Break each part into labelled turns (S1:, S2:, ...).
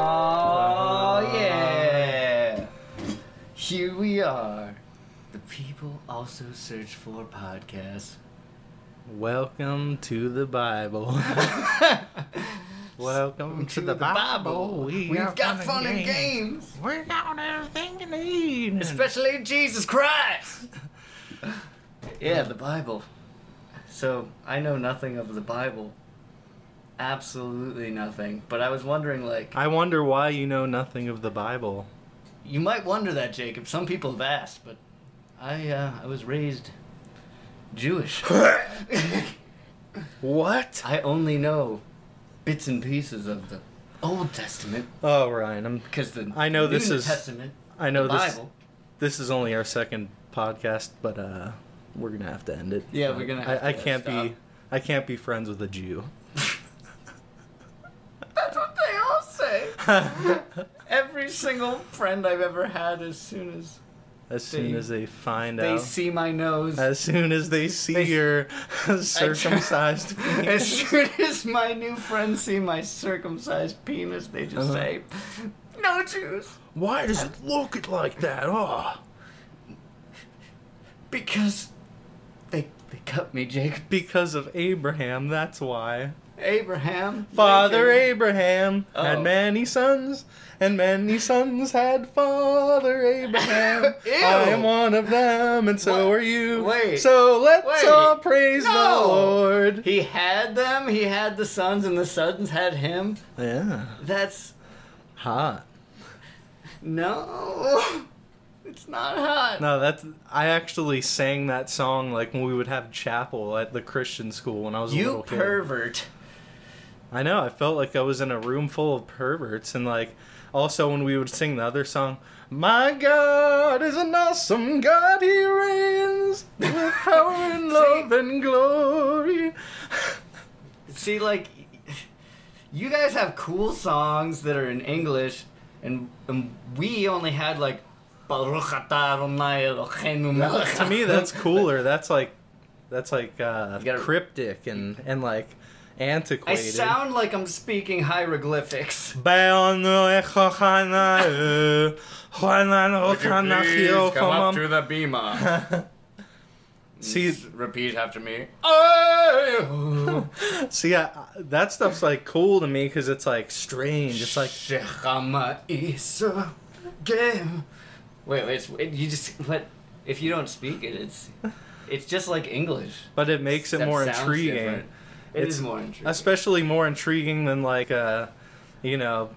S1: Oh yeah! Here we are. The people also search for podcasts.
S2: Welcome to the Bible. Welcome to, the, Bible.
S1: We have got fun and games,
S2: We got everything you need.
S1: especially Jesus Christ. yeah, the Bible. So I know nothing of the Bible. Absolutely nothing. But I was wondering, like,
S2: I wonder why you know nothing of the Bible.
S1: You might wonder that, Jacob. Some people have asked, but I uh, I was raised Jewish.
S2: What?
S1: I only know bits and pieces of the Old Testament
S2: Oh, Ryan, I'm.
S1: because the
S2: I know
S1: New
S2: this is-
S1: Testament,
S2: I know
S1: the
S2: this.
S1: Bible.
S2: This is only our second podcast, but uh, we're gonna have to end it.
S1: Yeah, we're gonna have
S2: I, I
S1: to
S2: can't be.
S1: stop.
S2: I can't be friends with a Jew.
S1: That's what they all say. Every single friend I've ever had, as soon as
S2: As soon
S1: They-
S2: as they find
S1: they
S2: out.
S1: see my nose,
S2: as soon as they see
S1: They-
S2: your circumcised
S1: as
S2: penis.
S1: soon as my new friends see my circumcised penis, they just
S2: Uh-huh.
S1: say, "No Jews."
S2: Why does it look like that? Oh.
S1: Because they they cut me, Jacob.
S2: Because of Abraham, that's why.
S1: Abraham.
S2: Father
S1: Lincoln.
S2: Abraham
S1: Oh.
S2: had many sons, and many sons had Father Abraham.
S1: Ew.
S2: I am one of them, and so
S1: What?
S2: are you.
S1: Wait.
S2: So let's
S1: Wait.
S2: all praise
S1: No.
S2: the Lord.
S1: He had them. He had the sons, and the sons had him.
S2: Yeah.
S1: That's
S2: Hot.
S1: no. It's not hot.
S2: No, that's. I actually sang that song like when we would have chapel at the Christian school when I was a
S1: You
S2: little kid.
S1: pervert.
S2: I know. I felt like I was in a room full of perverts, and like also when we would sing the other song, "My God is an awesome God, He reigns with power and
S1: See?
S2: love and glory."
S1: See, like, you guys have cool songs that are in English, and, and we only had like. Baruch atah Adonai Eloheinu melech
S2: to me, that's cooler. That's like, that's like uh,
S1: You gotta-
S2: cryptic and and like
S1: I
S2: antiquated.
S1: sound like I'm speaking hieroglyphics.
S2: E,
S1: the bima?
S2: See,
S1: repeat after me. Oh,
S2: see, I, I- that stuff's like cool to me because it's like strange. It's like
S1: Shechama Isa Gem. Wait, wait, it's, it, you just but if you don't speak it, it's it's just like English.
S2: But it makes it
S1: That
S2: more
S1: sounds
S2: intriguing,
S1: different. It
S2: It's-
S1: is more intriguing.
S2: especially more intriguing than like uh, you know,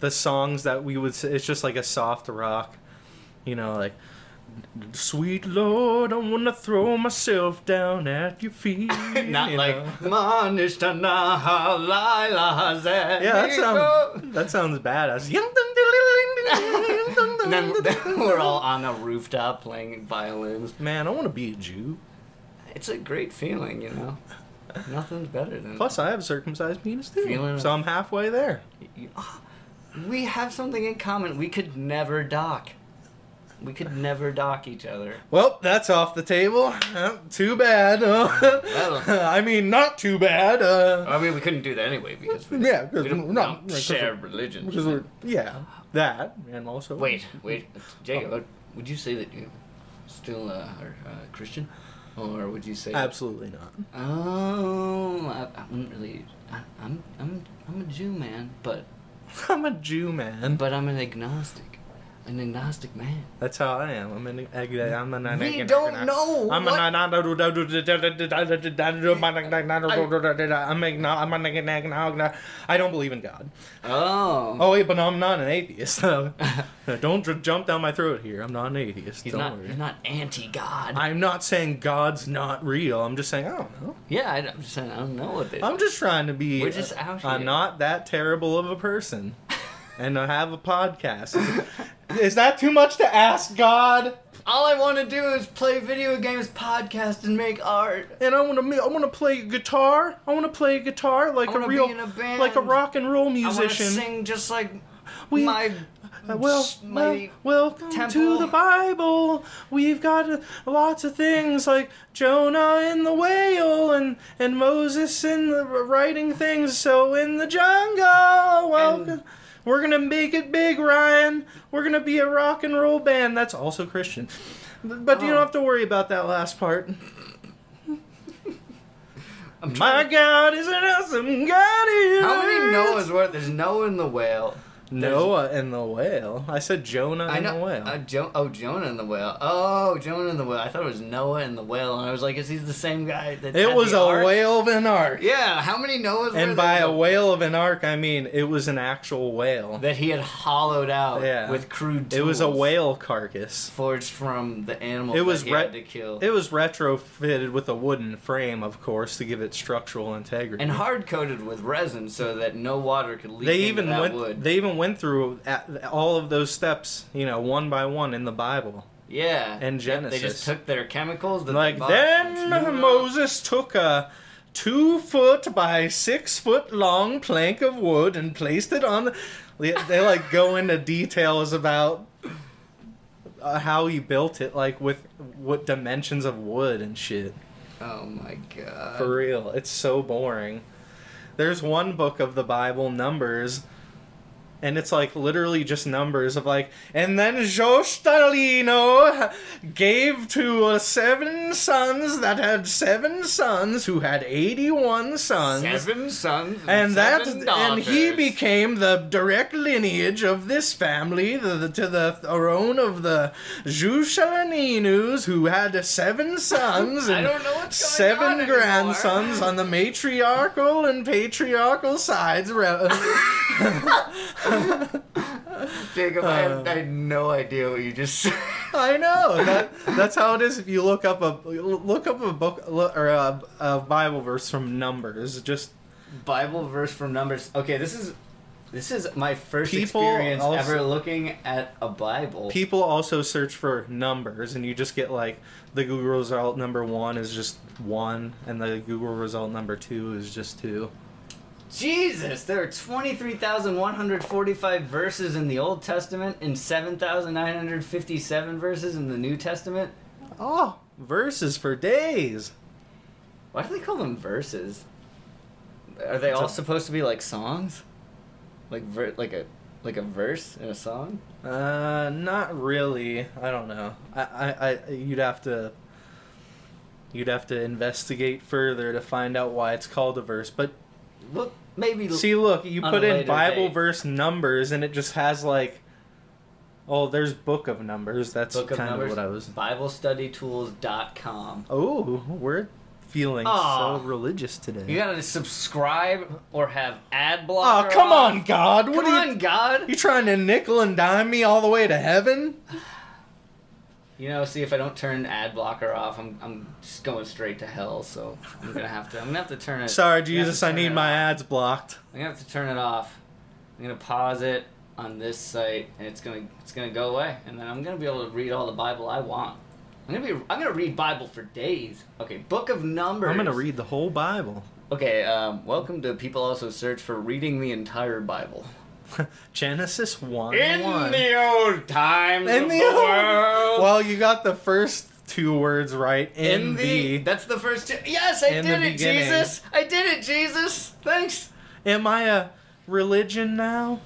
S2: the songs that we would. s- It's just like a soft rock, you know, like. Sweet Lord, I wanna throw myself down at your feet.
S1: Not
S2: you
S1: like
S2: know.
S1: Manish Tanaha Laila Zed.
S2: yeah, that sounds that sounds badads.
S1: And then, then we're all on a rooftop playing violins.
S2: Man, I want to be a Jew.
S1: It's a great feeling, you know. Nothing's better than
S2: Plus, I have a circumcised penis too,
S1: Feeling-
S2: so I'm halfway there.
S1: ah, We have something in common. We could never dock. We could never dock each other.
S2: Well, that's off the table. Uh, too bad. Uh,
S1: Well.
S2: I mean, not too bad. Uh,
S1: I mean, we couldn't do that anyway because we,
S2: yeah, because
S1: we don't,
S2: we're
S1: we
S2: not
S1: don't share religion.
S2: Because we're, yeah, that and also.
S1: Wait, wait, Jacob,
S2: Oh.
S1: would you say that you still uh, are uh, Christian, or would you say?
S2: Absolutely not.
S1: Oh, I, I'm really. I, I'm I'm I'm a Jew man, but
S2: I'm a Jew man.
S1: but I'm an agnostic, an agnostic man.
S2: That's how I am. I'm an. I'm an.
S1: We don't know
S2: I'm
S1: what-
S2: an. I'm an. I don't believe in God.
S1: Oh,
S2: Oh wait, but I'm not an atheist. though. No, don't dr- jump down my throat here. I'm not an atheist.
S1: he's
S2: don't
S1: not.
S2: worry.
S1: You're not anti-God.
S2: I'm not saying God's not real. I'm just saying I don't know.
S1: yeah, I, am just saying I don't know what they.
S2: I'm just trying to be.
S1: We're just out
S2: I'm
S1: here.
S2: not that terrible of a person, and I have a podcast. Is that too much to ask God?
S1: All I want to do is play video games, podcast, and make art.
S2: And I want to. I want to play guitar. I want to play guitar like
S1: I
S2: a
S1: wanna
S2: real,
S1: be in a band.
S2: like a rock and roll
S1: I want to
S2: musician.
S1: sing just like
S2: We-
S1: my
S2: Uh, well,
S1: Sh-
S2: well,
S1: my
S2: welcome to
S1: temple.
S2: the Bible. We've got uh, lots of things like Jonah and the whale, and and Moses and the writing things. So in the jungle, welcome.
S1: And-
S2: we're gonna make it big, Ryan. We're gonna be a rock and roll band. That's also Christian, but but you
S1: Oh.
S2: don't have to worry about that last part.
S1: I'm
S2: My
S1: trying to-
S2: God is an awesome God. he
S1: How many
S2: is.
S1: Noahs were There's Noah in the whale.
S2: Noah and the whale. I said Jonah
S1: I
S2: and
S1: know.
S2: the whale.
S1: Uh, jo- oh, Jonah and the whale. Oh, Jonah and the whale. I thought it was Noah and the whale, and I was like, is he the same guy? That
S2: it
S1: had
S2: was
S1: the
S2: a
S1: ark?
S2: whale of an ark.
S1: Yeah. How many Noahs? were
S2: And by
S1: there?
S2: a whale of an ark, I mean it was an actual whale.
S1: that he had hollowed out
S2: Yeah.
S1: with crude. Tools
S2: It was a whale carcass.
S1: forged from the animal.
S2: It was
S1: that he
S2: re-
S1: had to kill.
S2: It was retrofitted with a wooden frame, of course, to give it structural integrity.
S1: and hard coated with resin so that no water could leak
S2: they
S1: into
S2: even
S1: that
S2: went.
S1: wood.
S2: They even went through at, all of those steps, you know, one by one in the Bible.
S1: yeah.
S2: and
S1: Yep, They
S2: Genesis.
S1: just took their chemicals. That
S2: Like
S1: they bought
S2: then,
S1: and smoothed out.
S2: Moses took a two foot by six foot long plank of wood and placed it on. They, they like go into details about uh, how he built it, like with what dimensions of wood and shit.
S1: Oh my god.
S2: For real, it's so boring. There's one book of the Bible, Numbers, and it's like literally just numbers of like, and then Jostalino gave to uh, seven sons that had seven sons who had 81 sons.
S1: Seven sons
S2: And that,
S1: seven
S2: and he
S1: daughters.
S2: became the direct lineage of this family the, the, to the throne of the Jushalinus, who had seven sons.
S1: I
S2: and
S1: don't know what's going on
S2: seven
S1: anymore.
S2: grandsons on the matriarchal and patriarchal sides. re-
S1: Jacob, I,
S2: Uh.
S1: had, I had no idea what you just said.
S2: I know that, that's how it is. If you look up a look up a book or a, a Bible verse from Numbers, just
S1: Bible verse from Numbers. Okay, this is this is my first
S2: People
S1: experience
S2: also-
S1: ever looking at a Bible.
S2: people also search for numbers, and you just get like the Google result number one is just one, and the Google result number two is just two.
S1: Jesus, there are 23,145 verses in the Old Testament and 7,957 verses in the New Testament.
S2: Oh, verses for days.
S1: Why do they call them verses? Are they
S2: It's
S1: all
S2: a-
S1: supposed to be like songs? Like ver- like a like a verse in a song?
S2: Uh, not really. I don't know. I, I, I, you'd have to, you'd have to investigate further to find out why it's called a verse. But
S1: Look, maybe
S2: see, look, you
S1: On
S2: put
S1: a
S2: in
S1: later
S2: Bible
S1: date.
S2: verse numbers, and it just has like, oh, there's book of numbers. That's
S1: Book of
S2: kind of
S1: Numbers,
S2: what I was.
S1: BibleStudyTools.com.
S2: Oh, we're feeling
S1: Aw.
S2: so religious today.
S1: You gotta subscribe or have ad
S2: Oh,
S1: blocker.
S2: come
S1: on.
S2: on, God! What
S1: Come
S2: are you?
S1: on, God.
S2: You trying to nickel and dime me all the way to heaven?
S1: You know, see if I don't turn ad blocker off, I'm I'm just going straight to hell. So I'm gonna have to I'm gonna have to turn it.
S2: Sorry,
S1: I'm gonna have to
S2: Jesus, I
S1: turn
S2: need
S1: it
S2: my
S1: off.
S2: ads blocked.
S1: I'm gonna have to turn it off. I'm gonna pause it on this site, and it's gonna it's gonna go away, and then I'm gonna be able to read all the Bible I want. I'm gonna be I'm gonna read Bible for days. Okay, Book of Numbers.
S2: I'm gonna read the whole Bible.
S1: Okay, um, welcome to people also search for reading the entire Bible.
S2: Genesis 1. one.
S1: old times
S2: In the old- Well, you got the first two words right. In,
S1: in the
S2: the,
S1: that's the first two. Yes, I
S2: In the
S1: did it,
S2: beginning.
S1: Jesus. I did it, Jesus. Thanks.
S2: Am I a religion now?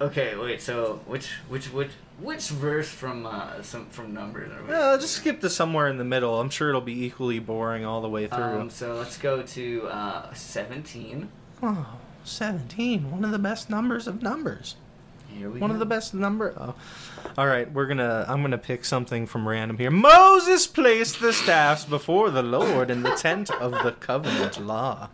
S1: Okay, wait. So which which which which verse from uh some from Numbers are we?
S2: No, I'll just skip to somewhere in the middle. I'm sure it'll be equally boring all the way through.
S1: Um, so let's go to uh, 17.
S2: oh, 17. One of the best numbers of numbers.
S1: Here we
S2: One
S1: go.
S2: of the best number. Oh. All right, we're gonna. I'm gonna pick something from random here. Moses placed the staffs before the Lord in the tent of the covenant law.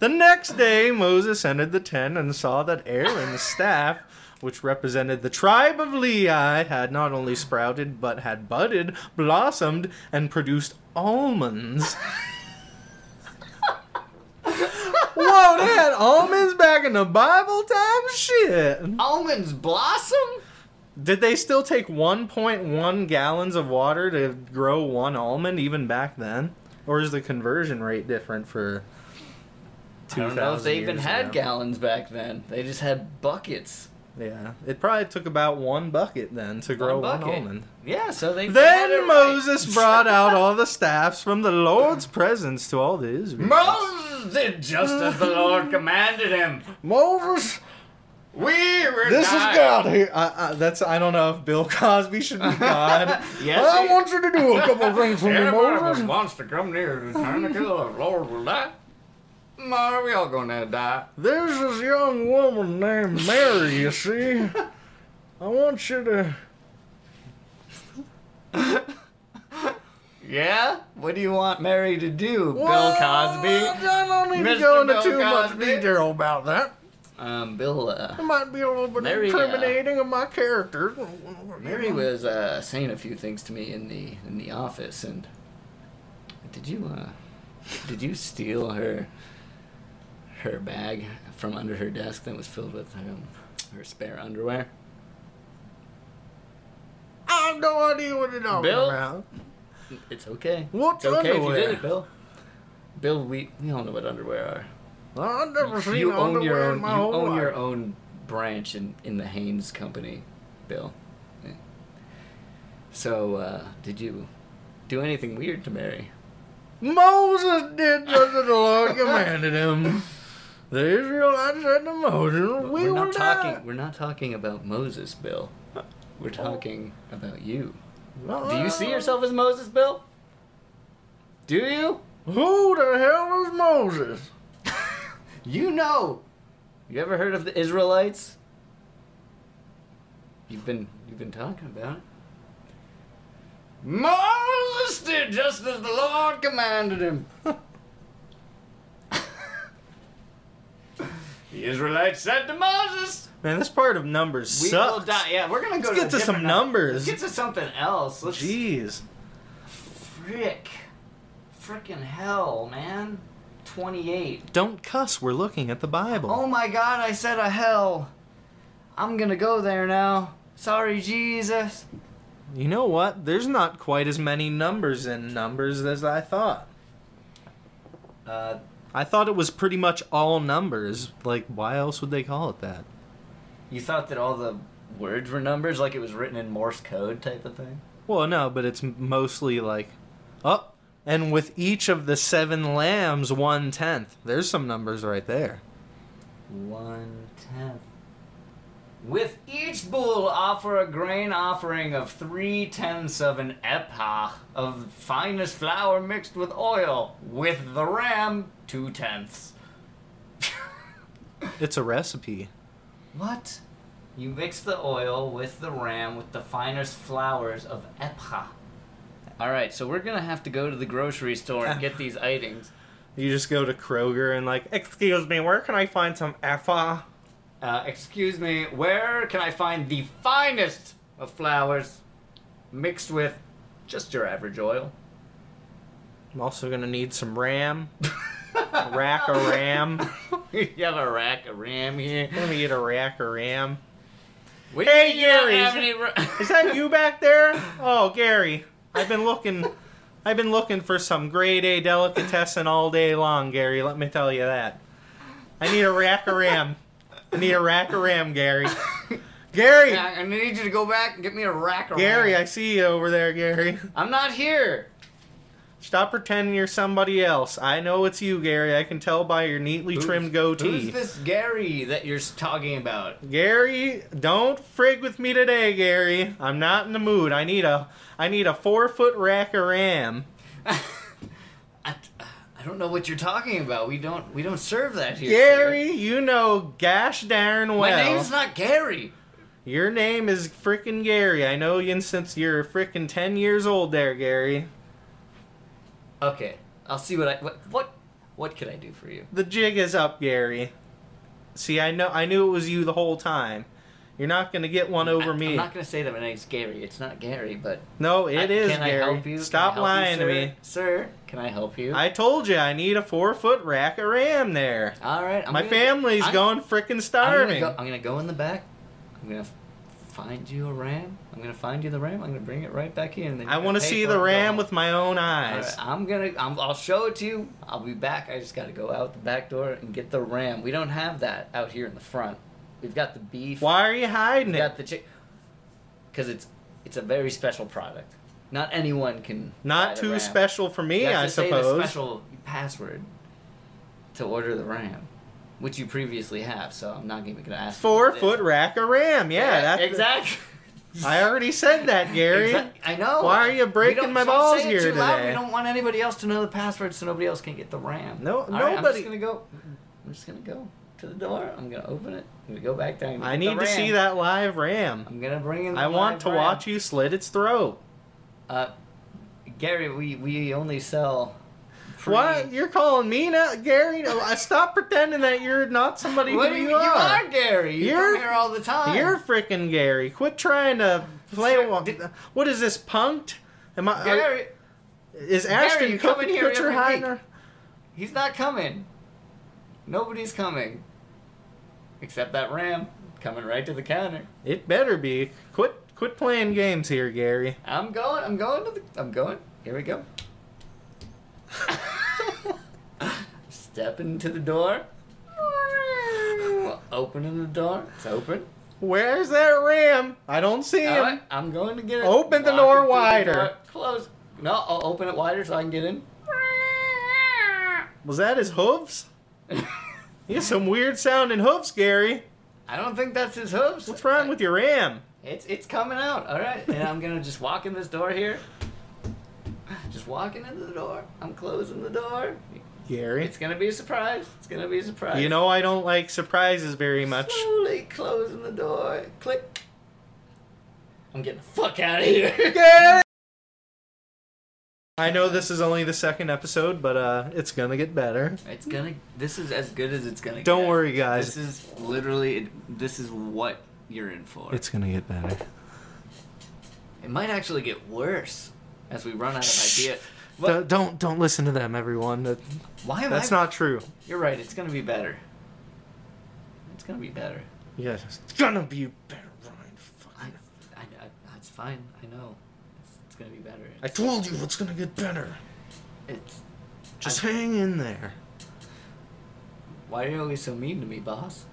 S2: The next day, Moses entered the tent and saw that Aaron's staff, which represented the tribe of Lehi, had not only sprouted but had budded, blossomed, and produced almonds. Whoa, they had almonds back in the Bible time? Shit.
S1: Almonds blossom?
S2: Did they still take 1.1 gallons of water to grow one almond even back then? Or is the conversion rate different for
S1: I don't know if
S2: 2,000
S1: they even
S2: years
S1: had
S2: ago?
S1: gallons back then. They just had buckets.
S2: Yeah, it probably took about one bucket then to grow one,
S1: bucket.
S2: almond.
S1: Yeah, so they. they had it
S2: Then Moses brought out all the staffs from the Lord's presence to all the Israelites.
S1: Moses did just as the Lord commanded him.
S2: Moses,
S1: We were not-
S2: here. I, I, that's I don't know if Bill Cosby should be God.
S1: Yes, he-
S2: you to do a couple things for
S1: Everybody who wants to come near the tabernacle of the Lord will die. Mm, Are we all gonna die?
S2: There's this young woman named Mary, you see. I want you to.
S1: Yeah? What do you want Mary to do,
S2: Well,
S1: Bill Cosby?
S2: I don't need to
S1: Mr.
S2: go into
S1: Bill
S2: too
S1: Cosby.
S2: much detail about that.
S1: Um, Bill, uh,
S2: It might be a little bit
S1: Mary, uh,
S2: incriminating of my character.
S1: Mary was uh, saying a few things to me in the in the office, and did you uh, did you steal her her bag from under her desk that was filled with um, her spare underwear?
S2: I have no idea what you're talking
S1: Bill?
S2: about.
S1: It's okay.
S2: What's
S1: it's okay
S2: underwear?
S1: if you did it, Bill. Bill, we we all know what underwear are.
S2: I've never seen
S1: you own
S2: underwear
S1: your own.
S2: in
S1: You
S2: my whole
S1: own
S2: life.
S1: your own branch in in the Haynes company, Bill. Yeah. So, uh, did you do anything weird to Mary?
S2: Moses did what the Lord commanded him. The Israelites said to Moses,
S1: But
S2: "We
S1: we're
S2: will
S1: not talking.
S2: die."
S1: We're not talking about Moses, Bill. We're talking about you.
S2: No.
S1: Do you see yourself as Moses, Bill? Do you?
S2: Who the hell is Moses?
S1: You know. You ever heard of the Israelites? You've been you've been talking about it. Moses did just as the Lord commanded him. the Israelites said to Moses,
S2: Man, this part of numbers
S1: We
S2: sucks.
S1: will die. Yeah, we're gonna go.
S2: Let's
S1: to
S2: get
S1: a
S2: to some
S1: different-
S2: numbers.
S1: Let's get to something else. Let's
S2: Jeez.
S1: frick, frickin' hell, man. Twenty-eight.
S2: Don't cuss. We're looking at the Bible.
S1: Oh my God! I said a hell. I'm gonna go there now. Sorry, Jesus.
S2: You know what? There's not quite as many numbers in numbers as I thought.
S1: Uh,
S2: I thought it was pretty much all numbers. Like, why else would they call it that?
S1: you thought that all the words were numbers, like it was written in Morse code type of thing.
S2: Well, no, but it's mostly like, oh, and with each of the seven lambs, one tenth. There's some numbers right there.
S1: One tenth. With each bull, offer a grain offering of three tenths of an epah of finest flour mixed with oil. With the ram, two tenths.
S2: It's a recipe.
S1: What? You mix the oil with the ram with the finest flours of epah. All right, so we're gonna have to go to the grocery store and get these items.
S2: You just go to Kroger and like, excuse me, where can I find some effa?
S1: Uh, excuse me, where can I find the finest of flowers mixed with just your average oil?
S2: I'm also gonna need some ram, rack of ram.
S1: you have a rack of ram here.
S2: Let me get a rack of ram.
S1: We
S2: Hey,
S1: do not
S2: Gary,
S1: have
S2: is-
S1: any ra-
S2: Is that you back there? Oh, Gary, I've been looking, I've been looking for some grade A delicatessen all day long, Gary. Let me tell you that. I need a rack of ram. I need a rack of ram, Gary. Gary,
S1: I I need you to go back and get me a rack of
S2: Gary, I
S1: ram.
S2: see you over there, Gary.
S1: I'm not here.
S2: Stop pretending you're somebody else. I know it's you, Gary. I can tell by your neatly trimmed goatee.
S1: Who's this Gary that you're s- talking about?
S2: Gary, don't frig with me today, Gary. I'm not in the mood. I need a I need a four foot rack of ram.
S1: I, I don't know what you're talking about. We don't we don't serve that here.
S2: Gary, you know gosh darn
S1: sir. My
S2: well.
S1: name's not Gary.
S2: Your name is frickin' Gary. I know you since you're frickin' ten years old there, Gary.
S1: Okay, I'll see what I what what, what could I do for you?
S2: The jig is up, Gary. See I know I knew it was you the whole time. You're not gonna get one over
S1: I,
S2: me.
S1: I'm not gonna say that my name's Gary. It's not Gary, but
S2: No, it
S1: I-
S2: is
S1: can
S2: Gary.
S1: I help you? Can I
S2: Stop
S1: help
S2: lying
S1: you,
S2: to
S1: sir?
S2: me.
S1: sir. Can I help you?
S2: I told you I need a four foot rack of ram there.
S1: All right, I'm
S2: My
S1: gonna-
S2: family's
S1: I'm-
S2: going frickin'
S1: I'm
S2: starving.
S1: gonna, go, I'm gonna go in the back. I'm gonna f- find you a ram. I'm gonna find you the ram. I'm gonna bring it right back in. And then
S2: I want to see the ram with my own eyes.
S1: I'm gonna. I'm, I'll show it to you. I'll be back. I just gotta go out the back door and get the ram. We don't have that out here in the front. We've got the beef.
S2: Why are you hiding
S1: We've
S2: it?
S1: got the chick. Because it's it's a very special product. Not anyone can. buy
S2: Not
S1: the
S2: too
S1: ram.
S2: special for me,
S1: You have
S2: I
S1: to Say the
S2: suppose.
S1: special password to order the RAM, which you previously have. So I'm not even gonna ask. you
S2: Four
S1: what it is.
S2: foot rack of RAM. Yeah, that's
S1: exactly.
S2: I already said that, Gary.
S1: Exa- I know.
S2: Why are you
S1: We
S2: breaking
S1: don't-
S2: my
S1: stop
S2: balls
S1: saying it
S2: here
S1: too Loud.
S2: today?
S1: We don't want anybody else to know the password, so nobody else can get the RAM.
S2: No-
S1: All right, I'm
S2: nobody-
S1: just gonna go. I'm just gonna go to the door. I'm gonna open it. I'm gonna go back down. and
S2: I
S1: get the
S2: need to see
S1: RAM.
S2: that live RAM.
S1: I'm gonna bring in.
S2: I
S1: the
S2: want
S1: live
S2: to
S1: RAM.
S2: watch you slit its throat.
S1: Uh, Gary, we we only sell. free-
S2: What? You're calling me now, Gary? No, I stop pretending that you're not somebody
S1: What
S2: who
S1: do
S2: you,
S1: you, you are Gary. You
S2: You're-
S1: come here all the time.
S2: You're freaking Gary. Quit trying to play.
S1: Sir,
S2: wa-
S1: did-
S2: what is this punked? Am I? are-
S1: Gary.
S2: is
S1: Gary,
S2: Ashton
S1: you come in
S2: Kutcher
S1: here every
S2: hiding?
S1: week.
S2: her-
S1: He's not coming. Nobody's coming. Except that ram coming right to the counter.
S2: It better be. Quit. Quit playing games here, Gary.
S1: I'm going. I'm going to the. I'm going. Here we go. Stepping to the door. Opening the door. It's open.
S2: Where's that ram? I don't see him.
S1: All right, I'm going to get it.
S2: Open the
S1: Walking
S2: door
S1: through the
S2: wider.
S1: door. Close. No, I'll open it wider so I can get in.
S2: Was that his hooves? He has some weird sounding hooves, Gary.
S1: I don't think that's his hooves.
S2: What's wrong with your ram?
S1: It's it's coming out, all right. And I'm gonna just walk in this door here. Just walking into the door. I'm closing the door.
S2: Gary.
S1: It's gonna be a surprise. It's gonna be a surprise.
S2: You know I don't like surprises very much.
S1: Slowly closing the door. Click. I'm getting the fuck out of here.
S2: Gary! I know this is only the second episode, but uh it's gonna get better.
S1: It's gonna. This is as good as it's gonna.
S2: Don't
S1: get.
S2: worry guys.
S1: This is literally. it- This is what you're in for.
S2: It's gonna get better.
S1: it might actually get worse as we run out of
S2: Shh.
S1: ideas.
S2: Don't- Don't don't listen to them, everyone. That-
S1: Why am
S2: That's
S1: I?
S2: not true.
S1: You're right. It's gonna be better. It's gonna be better.
S2: Yes, it's gonna be better, Ryan. Fuck.
S1: I, I, I, it's fine. I know. It's, it's gonna be better.
S2: I told you it's gonna get better.
S1: It's.
S2: Just hang in there.
S1: Why are you always so mean to me, boss?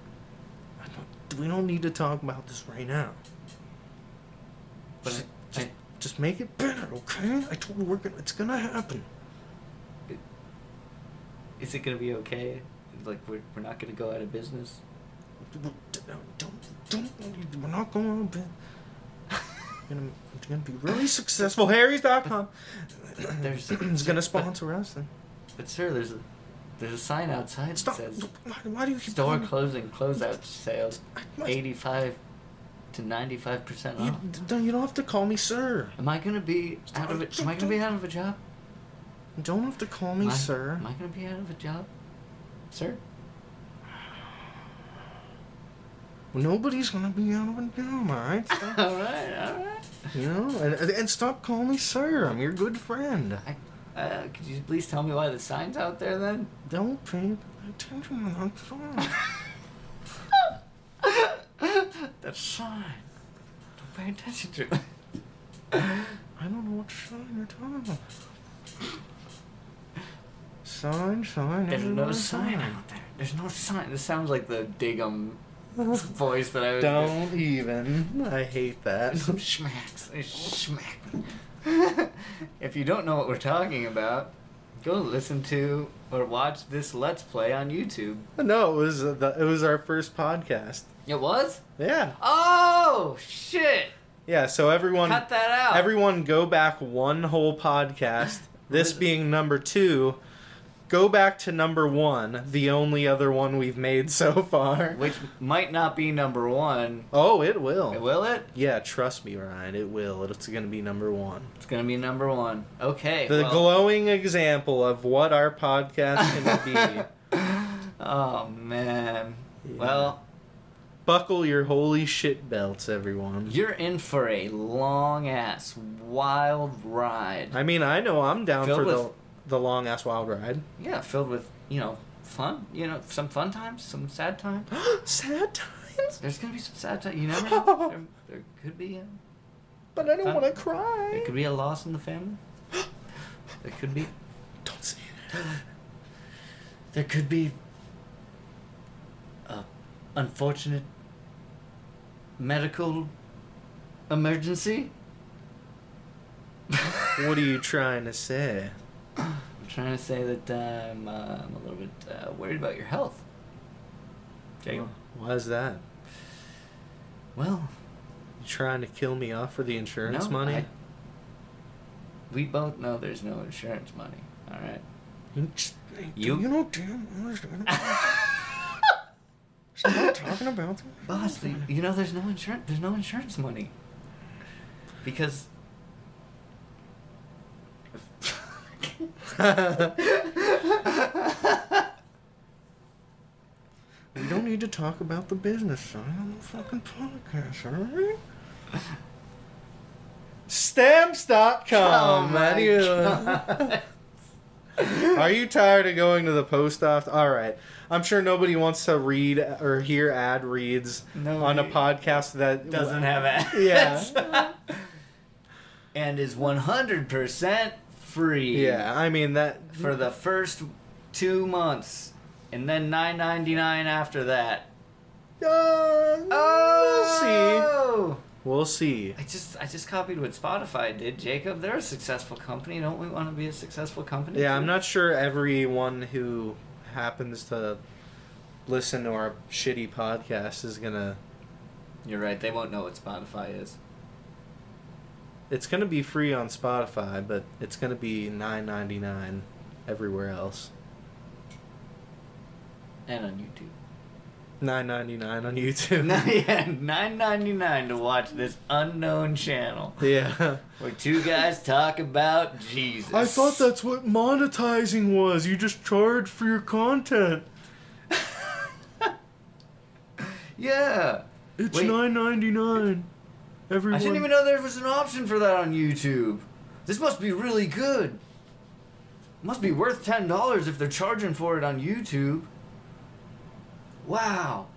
S2: I don't, we don't need to talk about this right now.
S1: But
S2: just,
S1: I-
S2: just, just make it better, okay? I told you we're gonna, it's gonna happen.
S1: Is it gonna be okay? Like we're we're not gonna go out of business.
S2: Don't, don't, don't we're not going to be, we're gonna, we're gonna be really successful. Harry's.com
S1: There's-
S2: is gonna sponsor us. And
S1: But sir, there's a there's a sign outside
S2: stop.
S1: that says
S2: Why, why do you keep
S1: store
S2: doing-
S1: closing, closeout sales,
S2: I must-
S1: eighty five to ninety five percent
S2: You,
S1: off.
S2: don't, you don't have to call me sir.
S1: Am I gonna be out of it? Am I gonna be out of a job?
S2: You don't have to call me
S1: Am I,
S2: sir.
S1: Am I gonna be out of a job, sir?
S2: Nobody's gonna be out of a job, alright?
S1: all right, all right.
S2: You know, and, and and stop calling me sir. I'm your good friend.
S1: I, uh, could you please tell me why the sign's out there then?
S2: Don't pay attention when I'm sorry.
S1: That sign. Don't pay attention to it.
S2: I don't know what sign you're talking about. Sign, sign.
S1: There's no
S2: everywhere,
S1: sign out there. There's no sign. This sounds like the Diggum voice that I was
S2: Don't even. I hate that.
S1: Some schmacks. They Schmack. if you don't know what we're talking about, go listen to or watch this Let's Play on YouTube.
S2: no, it was uh, the, it was our first podcast.
S1: It was?
S2: Yeah,
S1: Oh, shit.
S2: yeah. So everyone,
S1: Cut that out.
S2: everyone, go back one whole podcast. This being number two. Go back to number one, the only other one we've made so far.
S1: Which might not be number one.
S2: Oh, it will.
S1: Will it?
S2: Yeah, trust me, Ryan. It will. It's gonna be number one.
S1: It's going to be number one. Okay.
S2: the
S1: well-
S2: glowing example of what our podcast can be.
S1: Oh man.
S2: Yeah.
S1: Well,
S2: Buckle your holy shit belts, everyone.
S1: you're in for a long ass wild ride.
S2: I mean, I know I'm down
S1: Filled
S2: for
S1: with-
S2: the the long ass wild ride.
S1: Yeah, filled with, you know, fun, you know, some fun times, some sad times.
S2: Sad times,
S1: There's going to be some sad times, you never know. There, there could be a,
S2: but I don't
S1: Huh?
S2: want
S1: there
S2: to cry.
S1: could be a loss in the family. There could be
S2: Don't say that.
S1: there could be a unfortunate medical emergency?
S2: What are you trying to say?
S1: I'm trying to say that uh, I'm, uh, I'm a little bit uh, worried about your health. Jacob.
S2: Why is that?
S1: Well,
S2: You trying to kill me off for the insurance
S1: no,
S2: money?
S1: I- we both know there's no insurance money. All right.
S2: You, just-
S1: You-
S3: You know, damn, well, there's- Stop talking about them.
S1: Boss, the- you know there's no insurance. There's no insurance money. Because.
S3: We don't need to talk about the business side on the fucking podcast, alright?
S1: Oh
S2: Stamps.com.
S1: Oh my
S2: adieu. Are you tired of going to the post office? All right. I'm sure nobody wants to read or hear ad reads
S1: No,
S2: on a
S1: it
S2: podcast that
S1: Doesn't have ads.
S2: Yeah.
S1: and is 100% free.
S2: Yeah, I mean that
S1: For the first two months, and then 9.99 after that.
S2: Uh, we'll see.
S1: Oh!
S2: We'll see.
S1: I just I just copied what Spotify did, Jacob. They're a successful company. Don't we want to be a successful company?
S2: Yeah,
S1: too?
S2: I'm not sure everyone who happens to listen to our shitty podcast is gonna.
S1: You're right. They won't know what Spotify is.
S2: It's gonna be free on Spotify, but it's gonna be nine ninety nine everywhere else.
S1: And on YouTube.
S2: Nine ninety nine on YouTube.
S1: yeah, nine ninety nine to watch this unknown channel
S2: yeah.
S1: where two guys talk about Jesus.
S2: I thought that's what monetizing was. You just charge for your content.
S1: Yeah.
S2: It's
S1: Wait.
S2: nine ninety nine.
S1: I
S2: Everyone.
S1: didn't even know there was an option for that on YouTube. This must be really good. Must be worth ten dollars if they're charging for it on YouTube. Wow.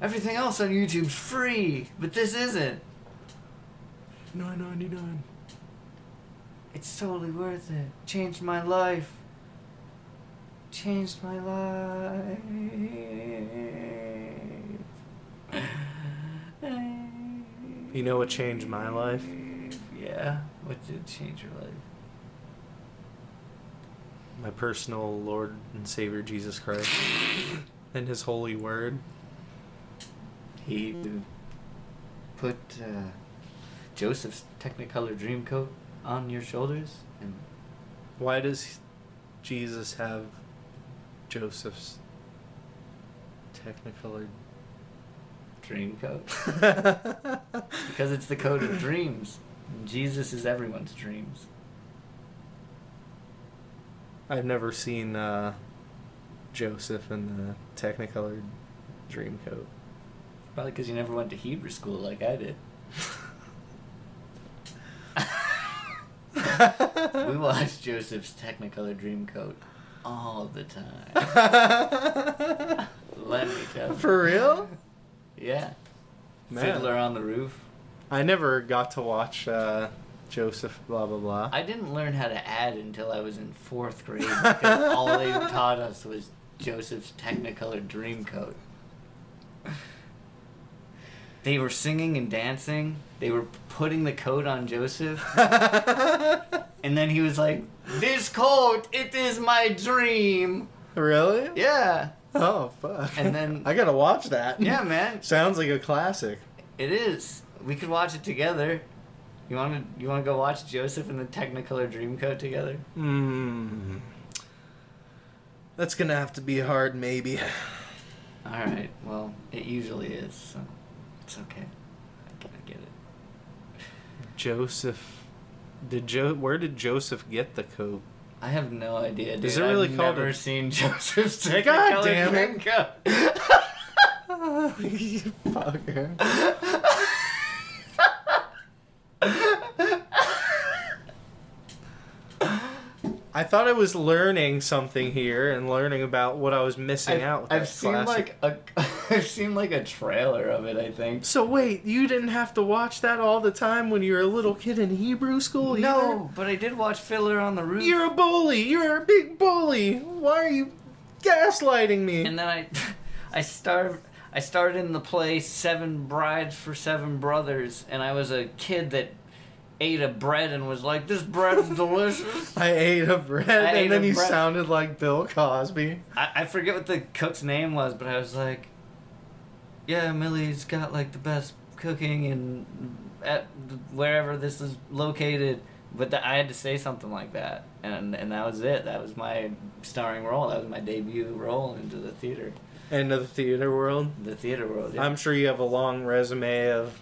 S1: Everything else on YouTube's free, but this isn't.
S2: Nine ninety nine.
S1: It's totally worth it. Changed my life. Changed my life.
S2: You know what changed my life?
S1: Yeah. What did change your life?
S2: my personal Lord and Savior Jesus Christ and His holy word.
S1: He put uh, Joseph's Technicolor dream coat on your shoulders and
S2: Why does Jesus have Joseph's Technicolor?
S1: dream coat because it's the coat of dreams. And Jesus is everyone's dreams.
S2: I've never seen uh, Joseph in the Technicolor dream coat.
S1: Probably because you never went to Hebrew school like I did. we watched Joseph's Technicolor Dreamcoat all the time. Let me tell you.
S2: For real?
S1: yeah.
S2: Man.
S1: Fiddler on the Roof.
S2: I never got to watch uh, Joseph blah blah blah.
S1: I didn't learn how to add until I was in fourth grade because all they taught us was Joseph's Technicolor Dreamcoat. They were singing and dancing. They were putting the coat on Joseph. And then he was like, "This coat, it is my dream."
S2: really?
S1: Yeah,
S2: Oh fuck!
S1: And then-
S2: I gotta watch that.
S1: yeah, man,
S2: sounds like a classic.
S1: it is. We could watch it together. You want to? You want to go watch Joseph and the Technicolor Dreamcoat together?
S2: Hmm. That's gonna have to be hard, maybe.
S1: All right. Well, it usually is. So it's okay. I, I get it.
S2: Joseph, did jo- Where did Joseph get the coat?
S1: I have no idea. Dude.
S2: Is it really
S1: I've
S2: called
S1: never
S2: a-
S1: seen Joseph's
S2: God
S1: Technicolor
S2: damn it.
S1: Dreamcoat.
S2: you fucker. I thought I was learning something here and learning about what I was missing
S1: I've,
S2: out with
S1: I've
S2: that
S1: seen
S2: classic.
S1: like a, I've seen like a trailer of it. I think.
S2: So wait, you didn't have to watch that all the time when you were a little kid in Hebrew school?
S1: No, but I did watch Fiddler on the Roof.
S2: either? You're a bully. You're a big bully. Why are you gaslighting me?
S1: and then I, I starved. I started in the play Seven Brides for Seven Brothers, and I was a kid that ate a bread and was like, "This bread is delicious."
S2: I ate a bread, and
S1: ate
S2: then
S1: a
S2: you
S1: bread.
S2: sounded like Bill Cosby.
S1: I, I forget what the cook's name was, but I was like, "Yeah, Millie's got like the best cooking and at wherever this is located." But tha- I had to say something like that, and and that was it. That was my starring role. That was my debut role into the theater,
S2: End of the theater world.
S1: the theater world. yeah.
S2: I'm sure you have a long resume of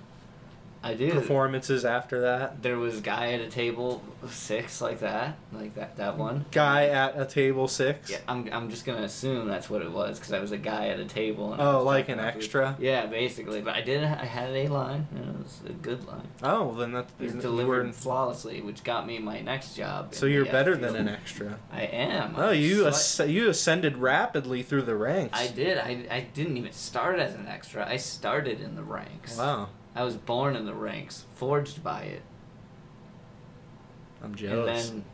S1: I do.
S2: performances after that.
S1: There was guy at a table six like that, like that that one.
S2: Guy at a table six.
S1: Yeah, I'm, I'm just gonna assume that's what it was because I was a guy at a table. And I
S2: Oh,
S1: was
S2: like
S1: talking
S2: an
S1: about food.
S2: extra?
S1: Yeah, basically. But I did. I had a line. And it was a good line.
S2: Oh, then that's
S1: It was
S2: you
S1: delivered
S2: were-
S1: flawlessly, which got me my next job.
S2: So
S1: in
S2: you're
S1: the, uh,
S2: better than
S1: field.
S2: an extra.
S1: I am.
S2: Oh,
S1: I'm
S2: you
S1: slight-
S2: asc- you ascended rapidly through the ranks.
S1: I did. I, I didn't even start as an extra. I started in the ranks.
S2: Wow,
S1: I was born in the ranks, forged by it.
S2: I'm jealous.
S1: And then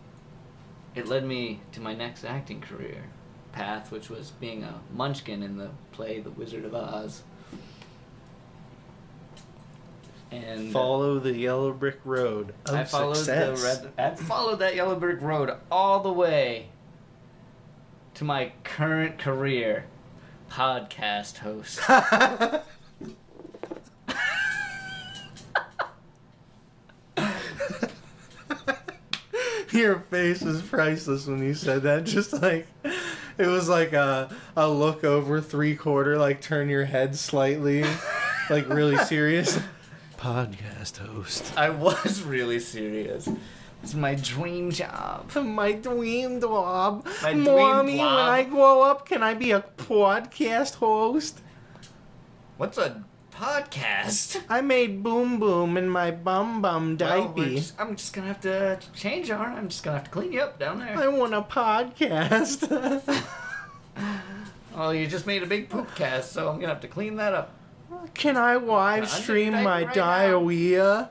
S1: it led me to my next acting career path, which was being a munchkin in the play The Wizard of Oz. And
S2: Follow the yellow brick road of
S1: I followed
S2: success.
S1: the red, I followed that yellow brick road all the way to my current career, podcast host.
S2: Your face is priceless when you said that. Just like it was like a a look over three quarter, like turn your head slightly, like really serious. Podcast host.
S1: I was really serious. It's my dream job.
S2: My dream job.
S1: My dream
S2: Mommy, when
S1: job.
S2: I grow up, can I be a podcast host?
S1: What's a podcast?
S2: I made Boom Boom in my bum bum
S1: Well, we're
S2: diaper.
S1: just- I'm just gonna have to change yarn. I'm just gonna have to clean you up down there.
S2: I want a podcast.
S1: Oh, you just made a big poop cast, so I'm gonna have to clean that up.
S2: Can I live stream my
S1: Right now.
S2: diarrhea?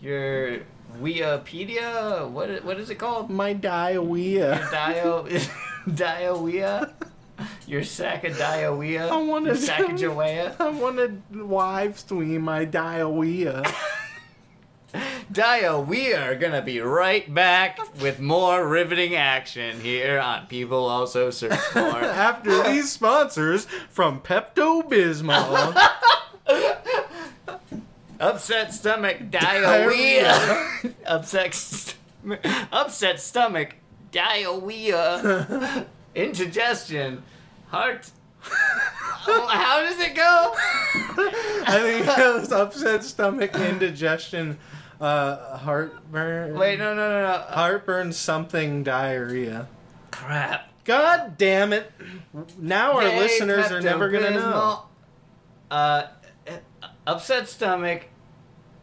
S1: Your Wikipedia, what i- what is it called?
S2: My diarrhea.
S1: Dio diarrhea. Your sack of diarrhea.
S2: I wanna-
S1: Your sack of Joea.
S2: I want to live stream my diarrhea.
S1: Dio, we are gonna be right back with more riveting action here on People Also Search For.
S2: After these sponsors from Pepto Bismol.
S1: Upset stomach, diarrhea. upset, st- upset stomach, diarrhea. Indigestion, heart. Oh, How does it go?
S2: I think it was upset stomach, indigestion, uh, heartburn.
S1: Wait, no, no, no, no.
S2: Oh,
S1: Uh,
S2: Heartburn, something, diarrhea.
S1: crap.
S2: God damn it. Now our
S1: Yay,
S2: listeners are never going to know.
S1: Pepto-Bismol. Uh, upset stomach.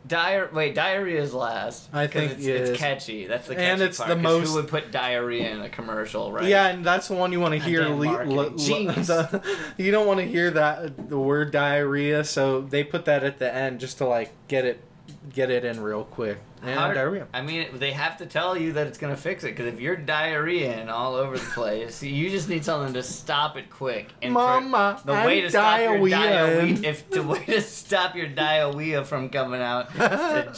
S1: Diar- wait, diarrhea is last.
S2: I
S1: 'cause
S2: think
S1: it's,
S2: it is.
S1: it's catchy. That's the catchy
S2: And it's
S1: part,
S2: the
S1: 'cause
S2: most-
S1: Who would put diarrhea in a commercial, right?
S2: Yeah, and that's the one you want to hear.
S1: Goddamn
S2: Le-
S1: marketing.
S2: le- le-
S1: Genius.
S2: the- you don't want to hear that the word diarrhea, so they put that at the end just to like get it get it in real quick. And
S1: How-
S2: diarrhea.
S1: I mean, they have to tell you that it's gonna fix it because if you're diarrheaing all over the place, you just need something to stop it quick. And for-
S2: Mama,
S1: the
S2: I'm
S1: way to stop your
S2: diarrheaing.
S1: diarrhea, if the way to stop your diarrhea from coming out, is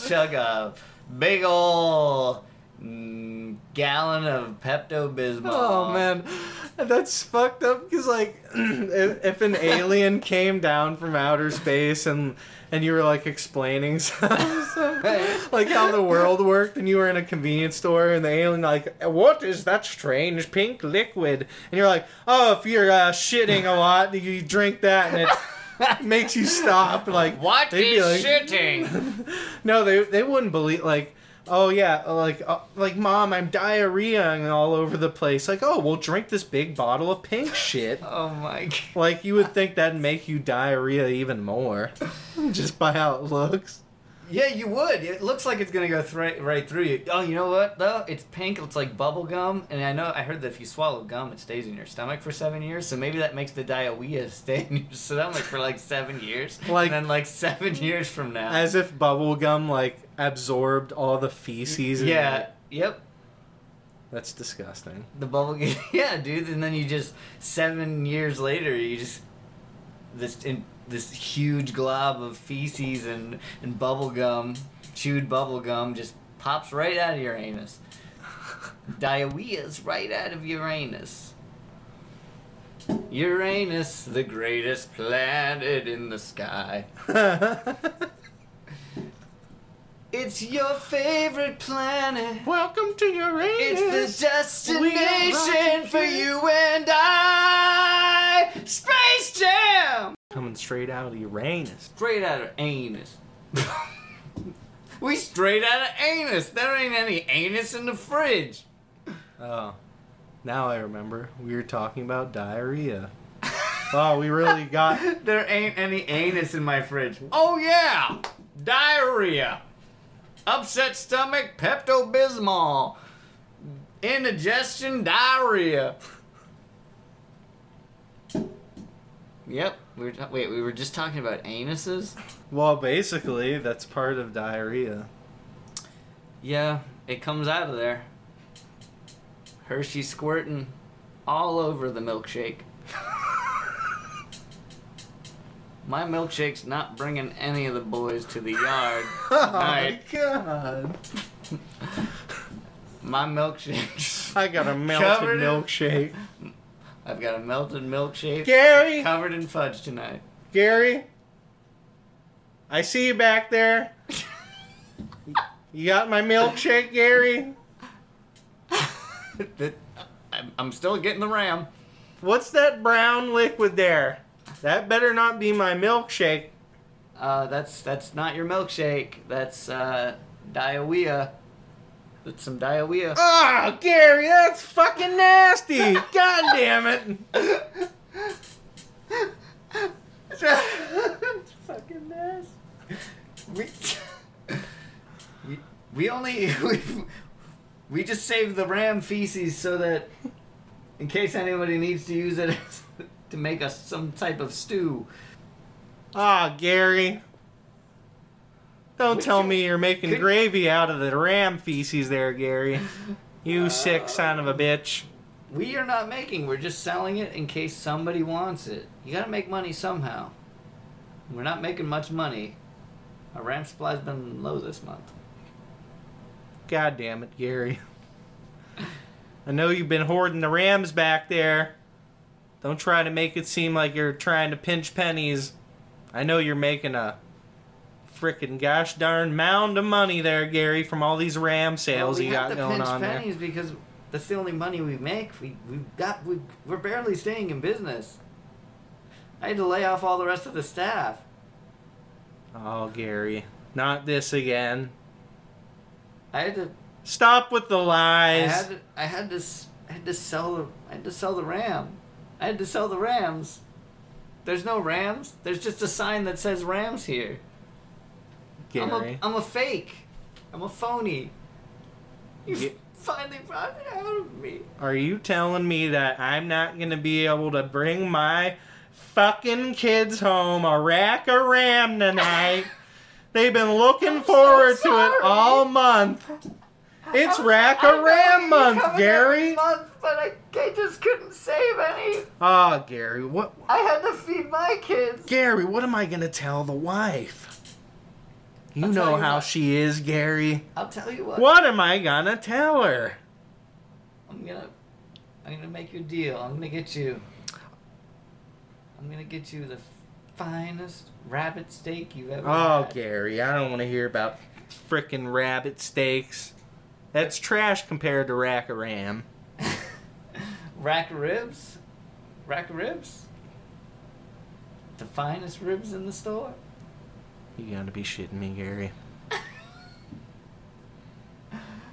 S1: to chug a big ol' mm, gallon of Pepto Bismol.
S2: Oh man, that's fucked up. Cause like, if, if an alien came down from outer space and and you were like explaining some, some- like how the world worked, and you were in a convenience store, and the alien like, what is that strange pink liquid? And you're like, oh, if you're uh, shitting a lot, you drink that, and it makes you stop. Like,
S1: What
S2: they'd be
S1: is
S2: like-
S1: shitting?
S2: no, they they wouldn't believe like. Oh yeah, like uh, like mom, I'm diarrheaing all over the place. Like, oh, well, drink this big bottle of pink shit.
S1: Oh my god.
S2: Like you would think that'd make you diarrhea even more, just by how it looks.
S1: Yeah, you would. It looks like it's gonna go thri- right through you. Oh, you know what though? It's pink. It's like bubble gum, and I know I heard that if you swallow gum, it stays in your stomach for seven years. So maybe that makes the diarrhea stay in your stomach for like seven years,
S2: Like-
S1: and then like seven years from now.
S2: As if bubblegum like absorbed all the feces. and-
S1: yeah. Yep.
S2: that's disgusting.
S1: The bubble gum. yeah, dude. And then you just seven years later, you just this in, this huge glob of feces and and bubble gum, chewed bubble gum, just pops right out of your anus. Diarrhea's right out of Uranus. Uranus, the greatest planet in the sky. It's your favorite planet.
S2: Welcome to your
S1: It's the
S2: We are
S1: destination
S2: rocket
S1: for
S2: ships.
S1: you and I. Space Jam.
S2: Coming straight out of Uranus.
S1: Straight out of anus. we straight out of anus. There ain't any anus in the fridge.
S2: Oh, now I remember. We were talking about diarrhea. oh, we really got.
S1: There ain't any anus in my fridge. Oh yeah, diarrhea, upset stomach, Pepto Bismol, indigestion, diarrhea. Yep, we were ta- wait. We were just talking about anuses.
S2: Well, basically, that's part of diarrhea.
S1: Yeah, it comes out of there. Hershey squirting all over the milkshake. My milkshake's not bringing any of the boys to the yard. tonight.
S2: Oh god!
S1: My milkshake.
S2: I got a
S1: Covered
S2: melted
S1: in-
S2: milkshake.
S1: I've got a melted milkshake
S2: Gary,
S1: covered in fudge tonight.
S2: Gary, I see you back there. You got my milkshake, Gary.
S1: That- I'm- I'm still getting the ram.
S2: What's that brown liquid there? That better not be my milkshake.
S1: Uh, that's that's not your milkshake. That's uh, diarrhea. That's some diarrhea.
S2: Oh, Gary, that's fucking nasty. God damn it.
S1: it's fucking nasty. We, we, we only we, we just saved the ram feces so that in case anybody needs to use it to make us some type of stew.
S2: Ah, Gary. Don't
S1: Would
S2: tell
S1: you-
S2: me you're making
S1: could-
S2: gravy out of the ram feces there, Gary. You sick son of a bitch.
S1: We are not making. We're just selling it in case somebody wants it. You gotta make money somehow. We're not making much money. Our ram supply's been low this month.
S2: God damn it, Gary. I know you've been hoarding the rams back there. Don't try to make it seem like you're trying to pinch pennies. I know you're making a frickin' gosh darn mound of money there, Gary, from all these ram
S1: Well,
S2: sales
S1: we
S2: you
S1: have
S2: got
S1: to
S2: going
S1: pinch
S2: on there.
S1: pennies because that's the only money we make. We we've got we we're barely staying in business. I had to lay off all the rest of the staff.
S2: Oh, Gary. Not this again.
S1: I had to
S2: Stop with the
S1: I
S2: lies.
S1: had to, I had to s- I had to sell the I had to sell the ram. I had to sell the rams. There's no rams. There's just a sign that says rams here. I'm a,
S2: Gary.
S1: I'm a fake. I'm a phony. You
S2: Ye-
S1: finally brought it out of me.
S2: Are you telling me that I'm not going to be able to bring my fucking kids home a rack of ram tonight? They've been looking forward to it
S1: sorry.
S2: all month. It's rack of ram month, Gary.
S1: Month, but I, I just couldn't save any.
S2: Oh, Gary, what
S1: I had to feed my kids.
S2: Gary, what am I going to tell the wife? You
S1: I'll tell
S2: know
S1: you
S2: how
S1: what.
S2: she is, Gary.
S1: I'll tell you what.
S2: What am I going to tell her?
S1: I'm gonna, I'm gonna make you a deal. I'm gonna get you. I'm gonna get you the finest rabbit steak you've ever
S2: Oh,
S1: had.
S2: Gary, I don't want to hear about frickin' rabbit steaks. That's trash compared to rack of ram.
S1: Rack of ribs, rack of ribs. The finest ribs in the store.
S2: You gotta be shitting me, Gary.